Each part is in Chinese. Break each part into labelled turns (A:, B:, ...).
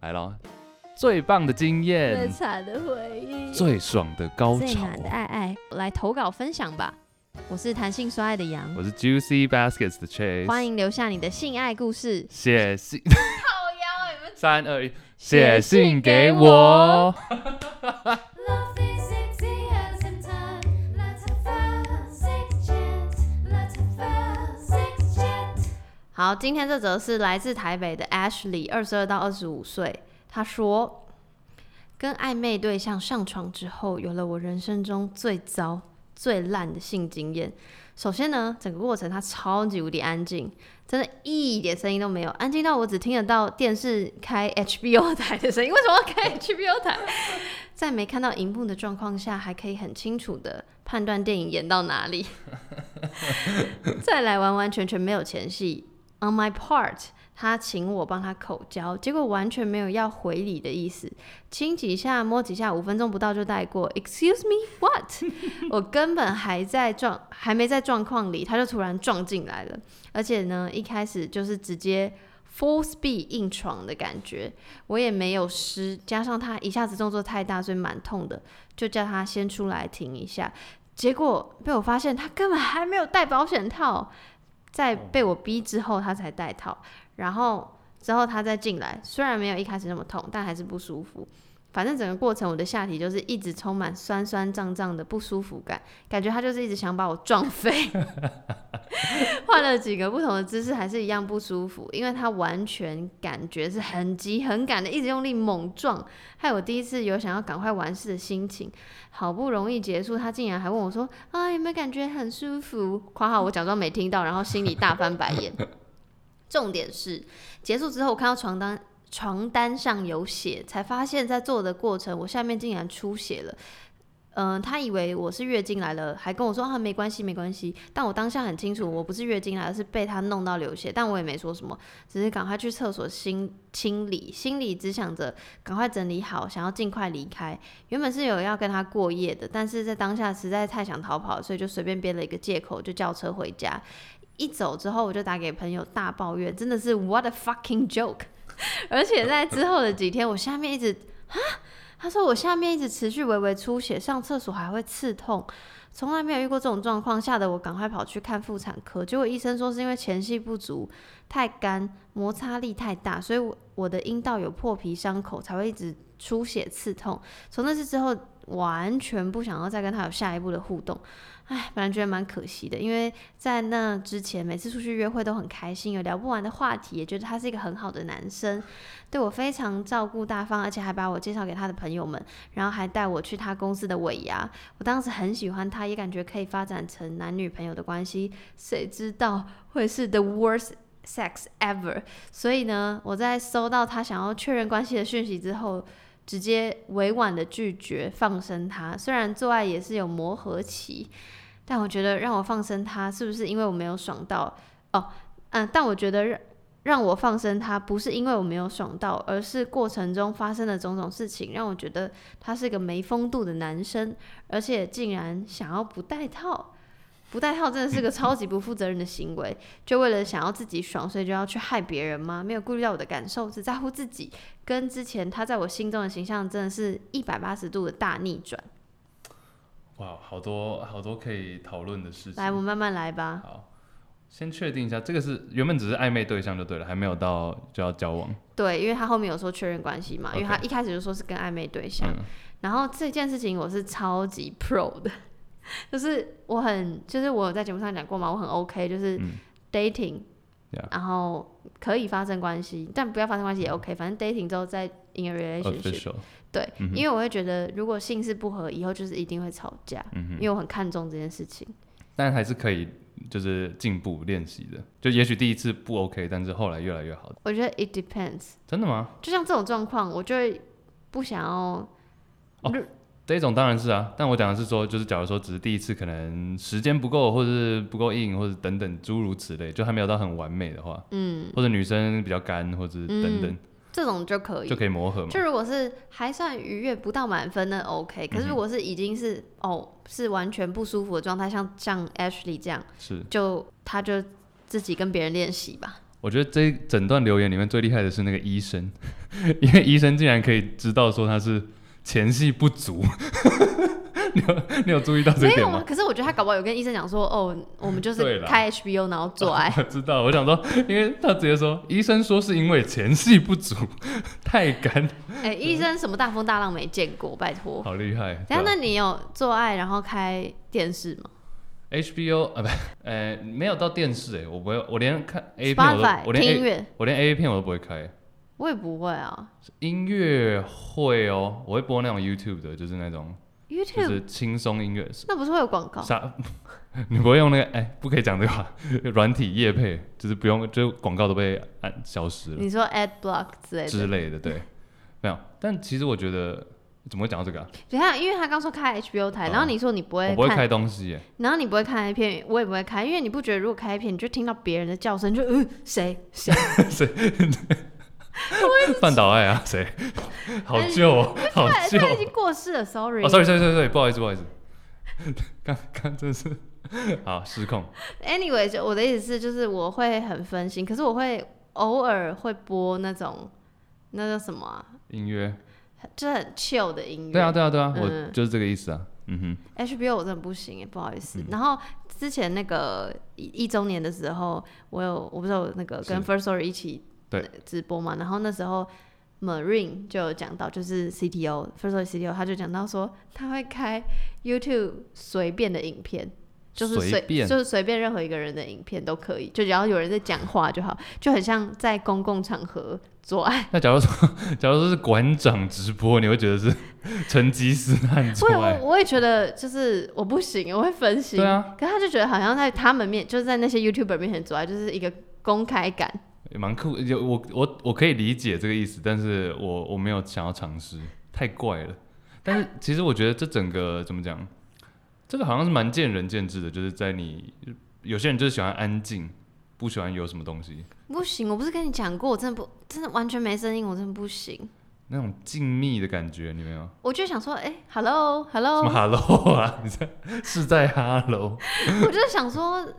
A: 来咯，最棒的经
B: 最
A: 验，
B: 惨的回忆，
A: 最爽的高
C: 最
A: 潮
C: 暖。的爱爱，来投稿分享吧。我是弹性说爱的羊，
A: 我是 Juicy Baskets 的 Chase，
C: 欢迎留下你的性爱故事。
A: 写 信
B: 靠腰你们
A: 三二一，写
C: 写信
A: 信
C: 给
A: 给
C: 我
A: 我。
D: Love is easy as in time. Let's have a six chance. Let's have a six chance.
C: 好，今天这则是来自台北的 Ashley，二十二到二十五岁。她说，跟暧昧对象上床之后，有了我人生中最糟、最烂的性经验。首先呢，整个过程她超级无敌安静，真的一点声音都没有，安静到我只听得到电视开 HBO 台的声音。为什么要开 HBO 台？在没看到荧幕的状况下，还可以很清楚的判断电影演到哪里。再来，完完全全没有前戏，On my part，他请我帮他口交，结果完全没有要回礼的意思，亲几下摸几下，五分钟不到就带过。Excuse me, what？我 根本还在状，还没在状况里，他就突然撞进来了，而且呢，一开始就是直接 full speed 硬闯的感觉，我也没有湿，加上他一下子动作太大，所以蛮痛的，就叫他先出来停一下。结果被我发现，他根本还没有戴保险套，在被我逼之后，他才戴套，然后之后他再进来，虽然没有一开始那么痛，但还是不舒服。反正整个过程，我的下体就是一直充满酸酸胀胀的不舒服感，感觉他就是一直想把我撞飞。 换了几个不同的姿势，还是一样不舒服，因为他完全感觉是很急很赶的，一直用力猛撞，害我第一次有想要赶快完事的心情。好不容易结束，他竟然还问我说：“啊，有没有感觉很舒服？”（括号我假装没听到，然后心里大翻白眼。）重点是结束之后，我看到床单床单上有血，才发现在做的过程，我下面竟然出血了。嗯、他以为我是月经来了，还跟我说啊没关系没关系，但我当下很清楚我不是月经来，而是被他弄到流血，但我也没说什么，只是赶快去厕所清清理，心里只想着赶快整理好，想要尽快离开。原本是有要跟他过夜的，但是在当下实在太想逃跑，所以就随便编了一个借口，就叫车回家。一走之后，我就打给朋友大抱怨，真的是 what a fucking joke。而 且在之后的几天，我下面一直啊，他说我下面一直持续微微出血，上厕所还会刺痛，从来没有遇过这种状况，吓得我赶快跑去看妇产科。结果医生说是因为前戏不足，太干，摩擦力太大，所以我我的阴道有破皮伤口，才会一直出血刺痛。从那次之后，完全不想要再跟他有下一步的互动。唉，本来觉得蛮可惜的，因为在那之前每次出去约会都很开心，有聊不完的话题，也觉得他是一个很好的男生，对我非常照顾大方，而且还把我介绍给他的朋友们，然后还带我去他公司的尾牙。我当时很喜欢他，也感觉可以发展成男女朋友的关系，谁知道会是 the worst。sex ever，所以呢，我在收到他想要确认关系的讯息之后，直接委婉的拒绝放生他。虽然做爱也是有磨合期，但我觉得让我放生他是不是因为我没有爽到？哦，嗯，但我觉得让让我放生他不是因为我没有爽到，而是过程中发生的种种事情让我觉得他是个没风度的男生，而且竟然想要不戴套。不戴套真的是个超级不负责任的行为，就为了想要自己爽，所以就要去害别人吗？没有顾虑到我的感受，只在乎自己。跟之前他在我心中的形象真的是一百八十度的大逆转。
A: 哇，好多好多可以讨论的事情。
C: 来，我们慢慢来吧。
A: 好，先确定一下，这个是原本只是暧昧对象就对了，还没有到就要交往。
C: 对，因为他后面有说确认关系嘛，因为
A: OK
C: 他一开始就说是跟暧昧对象。
A: 嗯，
C: 然后这件事情我是超级 pro 的，就是我很，就是我有在节目上讲过嘛，我很 OK，就是
A: 嗯
C: dating，、
A: Yeah
C: 然后可以发生关系，但不要发生关系也 OK，反正 dating 之后再 in a relationship。
A: official，
C: 对，
A: 嗯哼
C: 因为我会觉得如果性事不合，以后就是一定会吵架，
A: 嗯
C: 因为我很看重这件事情。
A: 但还是可以就是进步练习的。就也许第一次不 OK，但是后来越来越好。
C: 我觉得 it depends，
A: 真的吗？
C: 就像这种状况，我就会不想要
A: 这种当然是啊，但我讲的是说，就是假如说只是第一次可能时间不够，或者是不够硬，或者等等诸如此类，就还没有到很完美的话，
C: 嗯，
A: 或者女生比较干，或者是等等，
C: 这种就可以，
A: 就可以磨合嘛
C: 嗯就。如果是还算愉悦，不到满分那 OK。可是
A: 嗯
C: 如果是已经是、哦是完全不舒服的状态，像像 Ashley 这样，
A: 是，
C: 就他就自己跟别人练习吧。
A: 我觉得这一整段留言里面最厉害的是那个医生， 因为医生竟然可以知道说他是前戏不足。 你有你有注意到这
C: 没
A: 一点
C: 有
A: 吗
C: 啊，？可是我觉得他搞不好有跟医生讲说，哦，我们就
A: 对
C: 是
A: 啦
C: 开 HBO 然后做爱
A: ，我知道，我想说，因为他直接说，医生说是因为前戏不足， 太干，
C: 哎、医生什么大风大浪没见过，拜托。
A: 好厉害。
C: 等一下，
A: 对
C: 那
A: 啊
C: 你有做爱然后开电视吗
A: HBO 啊，不， 呃，没有到电视哎、我不会，我连看 A 片我都，
C: ？Spotify
A: 我
C: 听
A: 连
C: 音
A: A
C: 乐，
A: 我连 A 片我都不会开，
C: 我也不会啊。
A: 音乐会哦，我会播那种 YouTube 的，就是那种就
C: YouTube 哦
A: 是轻松音乐，
C: 那不是会有广告？
A: 啥？ 你不会用那个？哎、不可以讲这个话。 软体业配就是不用，就广告都被按消失了
C: 你说 Ad Block 之类
A: 之
C: 的？
A: 类的，对，没有。但其实我觉得，怎么会讲到这个啊？
C: 等一下，因为他刚说开 HBO 台，
A: 哦
C: 然后你说你不
A: 我
C: 会
A: 不会
C: 看，
A: 开东西耶，
C: 然后你不会看 A 片，我也不会看，因为你不觉得如果开 A 片，你就听到别人的叫声，就嗯谁 谁，
A: 半岛爱啊，谁？ 好旧 哦，好旧
C: 他已经过世了，sorry
A: 哦。。Sorry，Sorry，Sorry，不好意思，不好意思。 刚刚真是 好失控。
C: Anyway，就我的意思是，就是我会很分心，可是我会偶尔会播那种那叫什么啊、
A: 音乐，
C: 就是很 chill 的音乐。
A: 对啊，对啊，对啊，
C: 嗯
A: 我就是这个意思啊。嗯哼。
C: HBO 我真的不行哎，不好意思。
A: 嗯
C: 然后之前那个一一周年的时候，我有我不是有那个
A: 是
C: 跟 First Story 一起
A: 对
C: 呃直播嘛，然后那时候 Marine 就有讲到，就是 CTO First Story CTO 他就讲到说他会开 YouTube 随便的影片。就是
A: 随
C: 随
A: 便
C: 就是随便任何一个人的影片都可以，就只要有人在讲话就好，就很像在公共场合做 爱。
A: 那假如说， 假如说是馆长直播，你会觉得是成吉思汗出
C: 我也
A: 来？
C: 啊我我也觉得就是我不行，我会分心。
A: 对啊，
C: 可是他就觉得好像在他们面，就是在那些 YouTuber 面前做爱，就是一个公开感。
A: 也蛮酷。有我我我可以理解这个意思，但是我我没有想要尝试，太怪了。但
C: 哎
A: 是其实我觉得这整个怎么讲，这个好像是蛮见仁见智的，就是在你有些人就是喜欢安静，不喜欢有什么东西，
C: 不行，我不是跟你讲过，我真的不，真的完全没声音，我真的不行。
A: 那种静谧的感觉，你没有？
C: 我就想说，哎、h e l l o
A: 什
C: hello，
A: 么 hello 啊？你在是在 hello？
C: 我就是想说，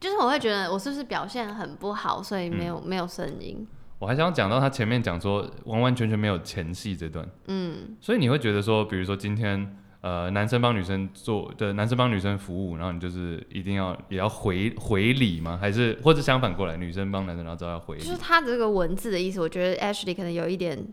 C: 就是我会觉得我是不是表现很不好，所以没有、没有声音。
A: 我还想讲到他前面讲说完完全全没有前戏这段。
C: 嗯，
A: 所以你会觉得说，比如说今天呃，男生帮女生做的，男生帮女生服务，然后你就是一定要也要回回礼吗？还是或者相反过来，女生帮男生，然后都要回
C: 就
A: 礼
C: 是？他这个文字的意思，我觉得 Ashley 可能有一点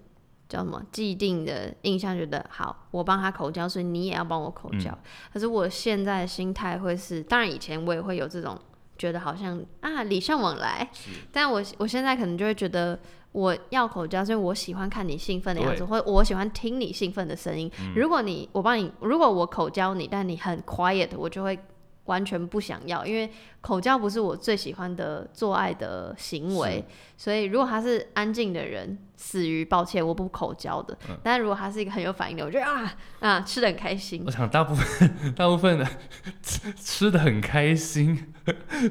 C: 叫什么既定的印象，觉得好，我帮他口交，所以你也要帮我口交。
A: 嗯
C: 可是我现在的心态会是，当然以前我也会有这种觉得好像啊礼尚往来，但我我现在可能就会觉得。我要口交，所以我喜欢看你兴奋的样子，
A: 对嗯
C: 或我喜欢听你兴奋的声音。如果你我帮你，如果我口交你，但你很 quiet，我就会完全不想要，因为口交不是我最喜欢的做爱的行为。所以如果他是安静的人，死于抱歉，我不口交的。
A: 嗯
C: 但如果他是一个很有反应的，我就啊啊吃的很开心
A: 我。想大部分大部分的 吃吃的很开心，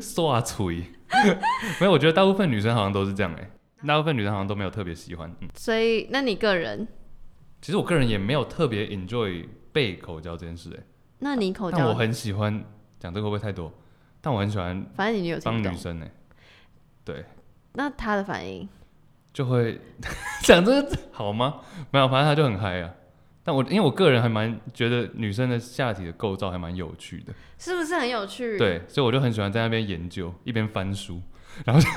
A: 刷嘴。没有，我觉得大部分女生好像都是这样哎、大部分女生好像都没有特别喜欢。嗯，
C: 所以那你个人，
A: 其实我个人也没有特别 enjoy 被口交这件事哎、
C: 那你口
A: 但
C: 交
A: 我，很喜欢，讲这个会不会太多？但我很喜欢
C: 反正你女友听
A: 帮
C: 不
A: 女
C: 懂，
A: 生哎、对。
C: 那他的反应，
A: 就会 讲这个好吗？没有，反正他就很嗨啊。但我因为我个人还蛮觉得女生的下体的构造还蛮有趣的，
C: 是不是很有趣？，
A: 对，所以我就很喜欢在那边研究，一边翻书， 然后就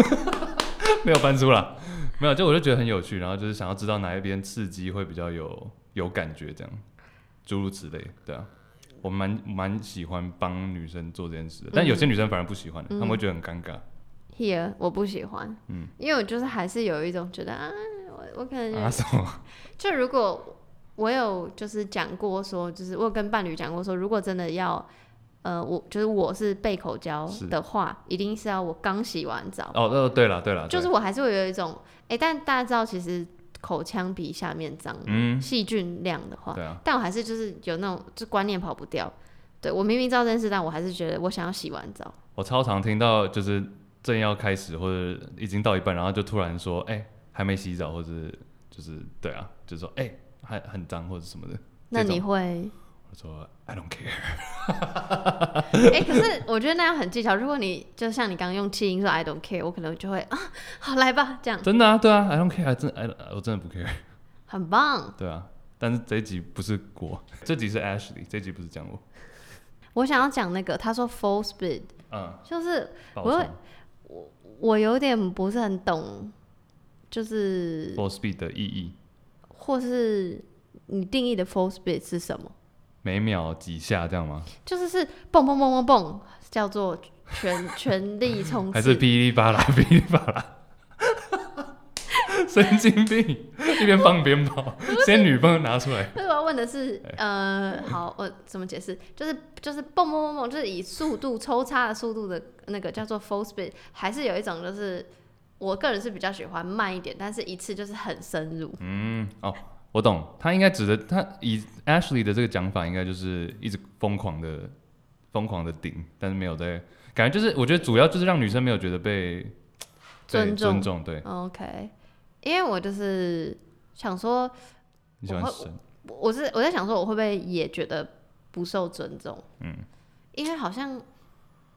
A: 没有翻书啦，没有，就我就觉得很有趣，然后就是想要知道哪一边刺激会比较有有感觉，这样诸如此类，对啊，我蛮蛮喜欢帮女生做这件事的，但有
C: 嗯
A: 些女生反而不喜欢，她们会觉得很尴尬。
C: here 我不喜欢，
A: 嗯
C: 因为我就是还是有一种觉得啊，我我可能、
A: 啊什么？
C: 就如果我有就是讲过说，就是我有跟伴侣讲过说，如果真的要。呃，我就是我是被口交
A: 是
C: 的话，一定是要我刚洗完澡，
A: 哦哦，对了对了，对
C: 就是我还是会有一种，哎、但大家知道其实口腔比下面脏，
A: 嗯，
C: 细、菌量的话，
A: 对啊，
C: 但我还是就是有那种就观念跑不掉。对我明明知道这件事，但我还是觉得我想要洗完澡。
A: 我超常听到就是正要开始或者已经到一半，然后就突然说：“哎、还没洗澡，或者就是对啊，就是说哎、还很脏或者什么的。”
C: 那
A: 这种
C: 你会
A: 我说 I don't care，
C: 哎、可是我觉得那样很技巧。如果你就像你刚刚用气音说 I don't care，我可能就会啊，好来吧，这样
A: 真的啊，对啊，I don't care，真 I don't- 我真的不 care，
C: 很棒。
A: 对啊。但是这一集不是我，这集是 Ashley，这集不是讲我，
C: 我想要讲那个，他说 full speed，
A: 嗯，
C: 就是
A: 爆
C: 我
A: 冲
C: 我有点不是很懂，就是
A: full speed 的意义，
C: 或是你定义的 full speed 是什么？
A: 每秒几下这样吗？
C: 就是是蹦蹦蹦蹦蹦，叫做全全力冲
A: 还是
C: 刺。
A: 噼里啪啦噼里啪啦？ 神经病！一边放鞭炮，仙女棒拿出来，
C: 所以我要问的是，
A: 哎
C: 呃，好，我怎么解释？就是就是蹦蹦蹦蹦，就是以速度抽插的速度的那个叫做 full speed，还是有一种就是我个人是比较喜欢慢一点，但是一次就是很深入。
A: 嗯，哦，我懂，他应该指的他以 Ashley 的这个讲法，应该就是一直疯狂的、疯狂的顶，但是没有在，感觉就是我觉得主要就是让女生没有觉得被被
C: 尊重
A: 尊重，对，
C: OK，因为我就是想说，
A: 你喜欢神，
C: 我我是我在想说，我会不会也觉得不受尊重？
A: 嗯，
C: 因为好像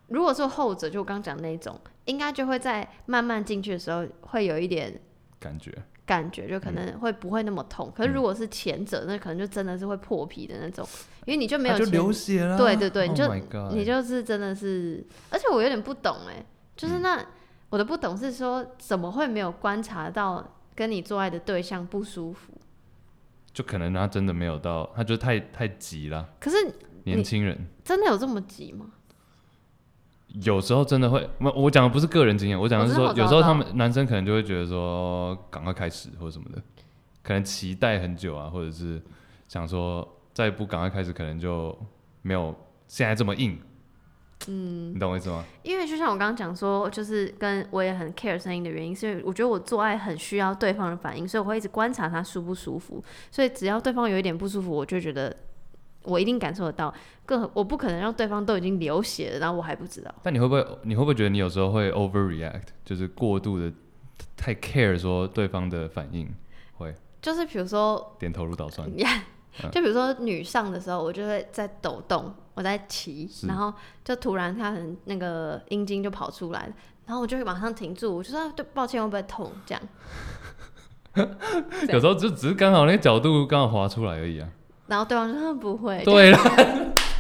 C: 如果说后者，就我刚讲那一种，应该就会在慢慢进去的时候会有一点
A: 感觉
C: 感觉，就可能
A: 嗯
C: 会不会那么痛。可是如果是前者，那可能就真的是会破皮的那种，因为你就没有
A: 他就
C: 前
A: 流血了，
C: 对对对你就
A: Oh my God
C: 你就是真的是，而且我有点不懂哎、就是
A: 嗯
C: 那、我的不懂是说，怎么会没有观察到跟你做爱的对象不舒服？
A: 就可能他真的没有到，他就太太急了，
C: 可是
A: 年轻人。
C: 真的有这么急吗？
A: 有时候真的会，我我讲的不是个人经验，我讲的是说
C: 我，知
A: 有
C: 道我
A: 时
C: 知道
A: 候他们男生可能就会觉得说，赶快开始或者什么的，可能期待很久啊，或者是想说再不赶快开始，可能就没有现在这么硬。嗯，你懂我意思吗？
C: 因为就像我刚刚讲说，就是跟我也很 care 声音的原因，是因为我觉得我做爱很需要对方的反应，所以我会一直观察他舒不舒服。所以只要对方有一点不舒服，我就觉得我一定感受得到。更何我不可能让对方都已经流血了，然后我还不知道。
A: 但你会不会，你会不会觉得你有时候会 overreact，就是过度的太 care 说对方的反应，会
C: 就是比如说，
A: 点头如捣蒜，
C: 就比如说女上的时候，我就会在抖动，我在骑，
A: 是
C: 然后就突然他很那个阴茎就跑出来了，然后我就会马上停住，我就说啊对抱歉，会不会痛？这样，
A: 有时候就只是刚好那个角度刚好滑出来而已啊。
C: 然后对方就说啊不会，
A: 对了，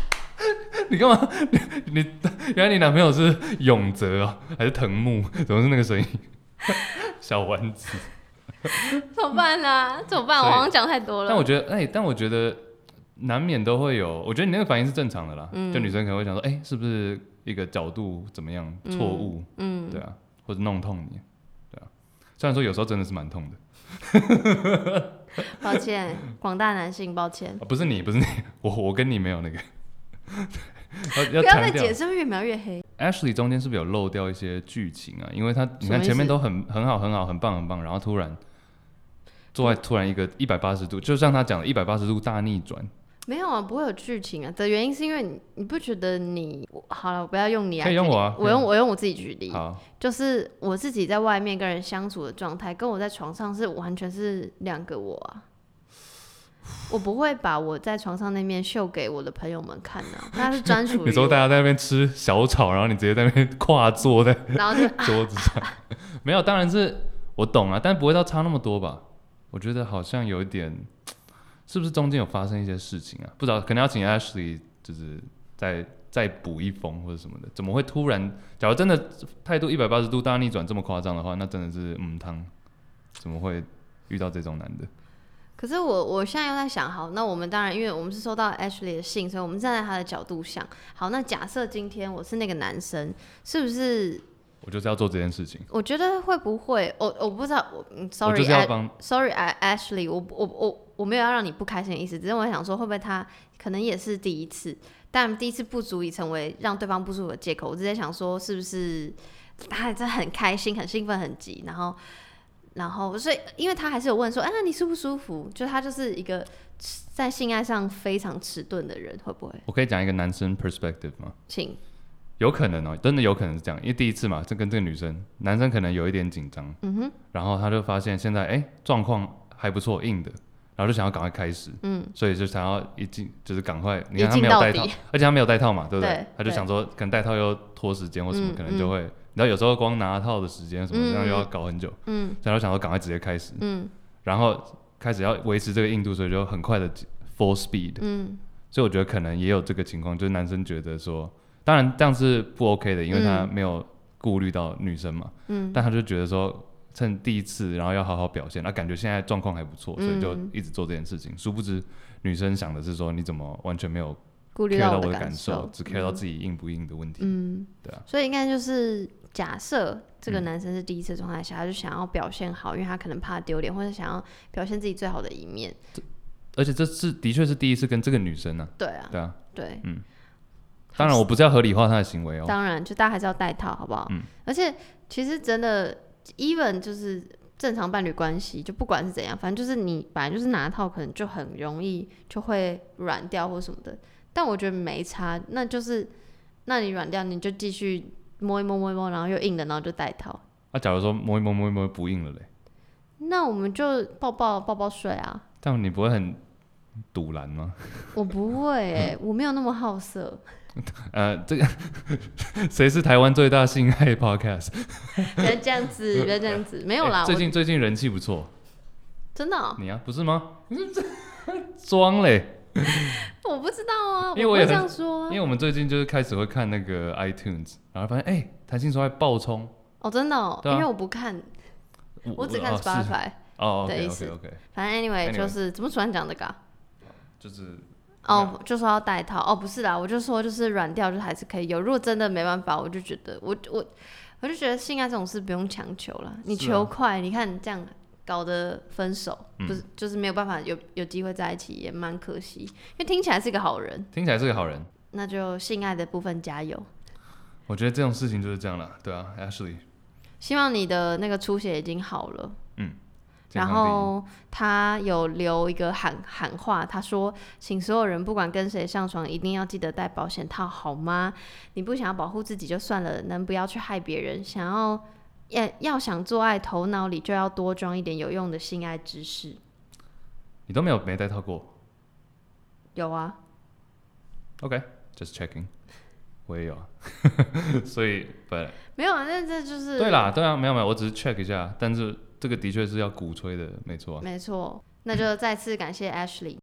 A: 你干嘛？ 你你原来你男朋友是永泽哦，还是藤木？怎么是那个声音？ 小丸子。
C: 怎么办呢、怎么办？我
A: 所以
C: 好像讲太多了。
A: 但我觉得，哎、但我觉得难免都会有。我觉得你那个反应是正常的啦。
C: 嗯
A: 就女生可能会想说，哎、是不是一个角度怎么样错误？
C: 嗯，
A: 对啊，或者弄痛你，对啊。虽然说有时候真的是蛮痛的、
C: 抱歉，广大男性，抱歉，
A: 啊不是你，不是你，我我跟你没有那个。 要
C: 不
A: 要
C: 要再
A: 强调
C: 解。释，越描越黑。
A: Ashley 中间是不是有漏掉一些剧情啊？因为他你
C: 什么意
A: 看
C: 思
A: 前面都很很好很好很棒很棒，然后突然做在
C: 嗯
A: 突然一个一百八十度，就像他讲的一百八十度大逆转，
C: 没有啊，不会有剧情啊。的原因是因为你，你不觉得你我好了，我不要用你来
A: 可以
C: 举例，
A: 用我啊
C: 我用我用我自己举例，
A: 好
C: 就是我自己在外面跟人相处的状态，跟我在床上是完全是两个我啊。我不会把我在床上那面秀给我的朋友们看的、那是专属于
A: 你说
C: 我
A: 大家在那边吃小炒，然后你直接在那边跨坐在
C: 然后就
A: 桌子上，没有，当然是我懂啊，但不会到差那么多吧？我觉得好像有一点，是不是中间有发生一些事情啊？不知道，可能要请 Ashley 就是再再补一封或者什么的。怎么会突然？假如真的态度一百八十度大逆转这么夸张的话，那真的是嗯汤，怎么会遇到这种男的？
C: 可是我我现在又在想，好，那我们当然，因为我们是收到 Ashley 的信，所以我们站在他的角度想，好，那假设今天我是那个男生，是不是？
A: 我就是要做这件事情，
C: 我觉得会不会？我我不知道，我
A: 我
C: 嗯
A: 就
C: ，sorry，
A: 是要
C: A-
A: 帮
C: sorry A- Ashley，我我我我没有要让你不开心的意思，只是我想说，会不会他可能也是第一次，但第一次不足以成为让对方不舒服的借口。我直接想说，是不是他真的很开心、很兴奋、很急，然后然后所以因为他还是有问说，哎、那你舒不舒服？就他就是一个在性爱上非常迟钝的人，会不会？
A: 我可以讲一个男生 perspective 吗？
C: 请
A: 有可能哦，真的有可能是这样，因为第一次嘛，这跟这个女生，男生可能有一点紧张，
C: 嗯哼，
A: 然后他就发现现在哎状况还不错，硬的，然后就想要赶快开始，
C: 嗯，
A: 所以就想要一进就是赶快，你
C: 一
A: 看他
C: 进
A: 没有
C: 到
A: 带套
C: 底，
A: 而且他没有带套嘛，对不
C: 对
A: 他就
C: 对
A: 想说，可能带套又拖时间或什么，
C: 嗯
A: 可能就会，你知道有时候光拿套的时间什么，
C: 嗯
A: 这样又要搞很久，
C: 嗯
A: 所以他就想说赶快直接开始，
C: 嗯
A: 然后开始要维持这个硬度，所以就很快的 full speed，
C: 嗯
A: 所以我觉得可能也有这个情况，就是男生觉得说，当然这样是不 OK 的，因为他
C: 嗯
A: 没有顾虑到女生嘛，
C: 嗯，
A: 但他就觉得说，趁第一次，然后要好好表现，那感觉现在状况还不错，所以就
C: 嗯
A: 一直做这件事情。殊不知，女生想的是说，你怎么完全没有
C: 顾虑
A: care 到
C: 我
A: 我的
C: 感
A: 感受，只 care 到
C: 嗯
A: 自己硬不硬的问题。
C: 嗯，
A: 对啊
C: 所以应该就是假设这个
A: 嗯
C: 男生是第一次状态下，他就想要表现好，因为他可能怕丢脸，或者想要表现自己最好的一面。
A: 而且这是的确是第一次跟这个女生呢、
C: 对啊
A: 啊，，对啊。
C: 对，
A: 嗯。当然，我不是要合理化她的行为哦。
C: 当然就大家还是要戴套，好不好？
A: 嗯
C: 而且其实真的，even 就是正常伴侣关系，就不管是怎样，反正就是你本来就是拿套，可能就很容易就会软掉或什么的。但我觉得没差，那就是那你软掉，你就继续摸一摸摸一摸，然后又硬了，然后就戴套。
A: 那、啊假如说摸一摸摸一摸不硬了嘞，
C: 那我们就抱抱抱抱睡啊！
A: 但你不会很堵拦吗？
C: 我不会、欸，我没有那么好色，
A: 呃，这个 谁是台湾最大性爱 podcast？
C: 不要这样子，不要这样子，没有啦，
A: 欸最近最近人气不错，
C: 我真的哦、
A: 你啊，不是吗？ 装嘞，
C: 我不知道啊，
A: 因为
C: 我
A: 我
C: 不
A: 也
C: 会
A: 很
C: 这样说啊
A: 因，为我们最近就是开始会看那个 iTunes，然后发现哎，弹性说爱爆冲，
C: 哦，真的、哦，
A: 对啊
C: 因为我不看，我只看
A: 哦是
C: Spotify。
A: 哦
C: 的
A: ，OK
C: 意
A: OK
C: 思
A: OK，
C: 反正 anyway
A: Anyway
C: 就是怎么突然讲这个啊、
A: 就是
C: 哦，
A: 啊
C: 就说要戴套哦，不是啦，我就说就是软掉就还是可以有。如果真的没办法，我就觉得我我我就觉得性爱这种事不用强求啦，你
A: 是啊
C: 求快，你看这样搞得分手，
A: 嗯
C: 不是就是没有办法有有机会在一起，也蛮可惜。因为听起来是个好人，
A: 听起来是个好人，
C: 那就性爱的部分加油。
A: 我觉得这种事情就是这样了，对啊，Ashley，
C: 希望你的那个出血已经好了。
A: 健
C: 然
A: 康第一
C: 后他有留一个喊喊话，他说：“请所有人不管跟谁上床，一定要记得带保险套，好吗？你不想要保护自己就算了，能不要去害别人。想要要要想做爱，头脑里就要多装一点有用的性爱知识。
A: 你都没有没戴套过
C: 有啊，
A: ，OK，just checking，我也有啊， 所以不
C: 没有啊？那这就是
A: 对啦，对啊，没有没有，我只是 check 一下，但是这个的确是要鼓吹的，没错啊。
C: 没错。那就再次感谢 Ashley。”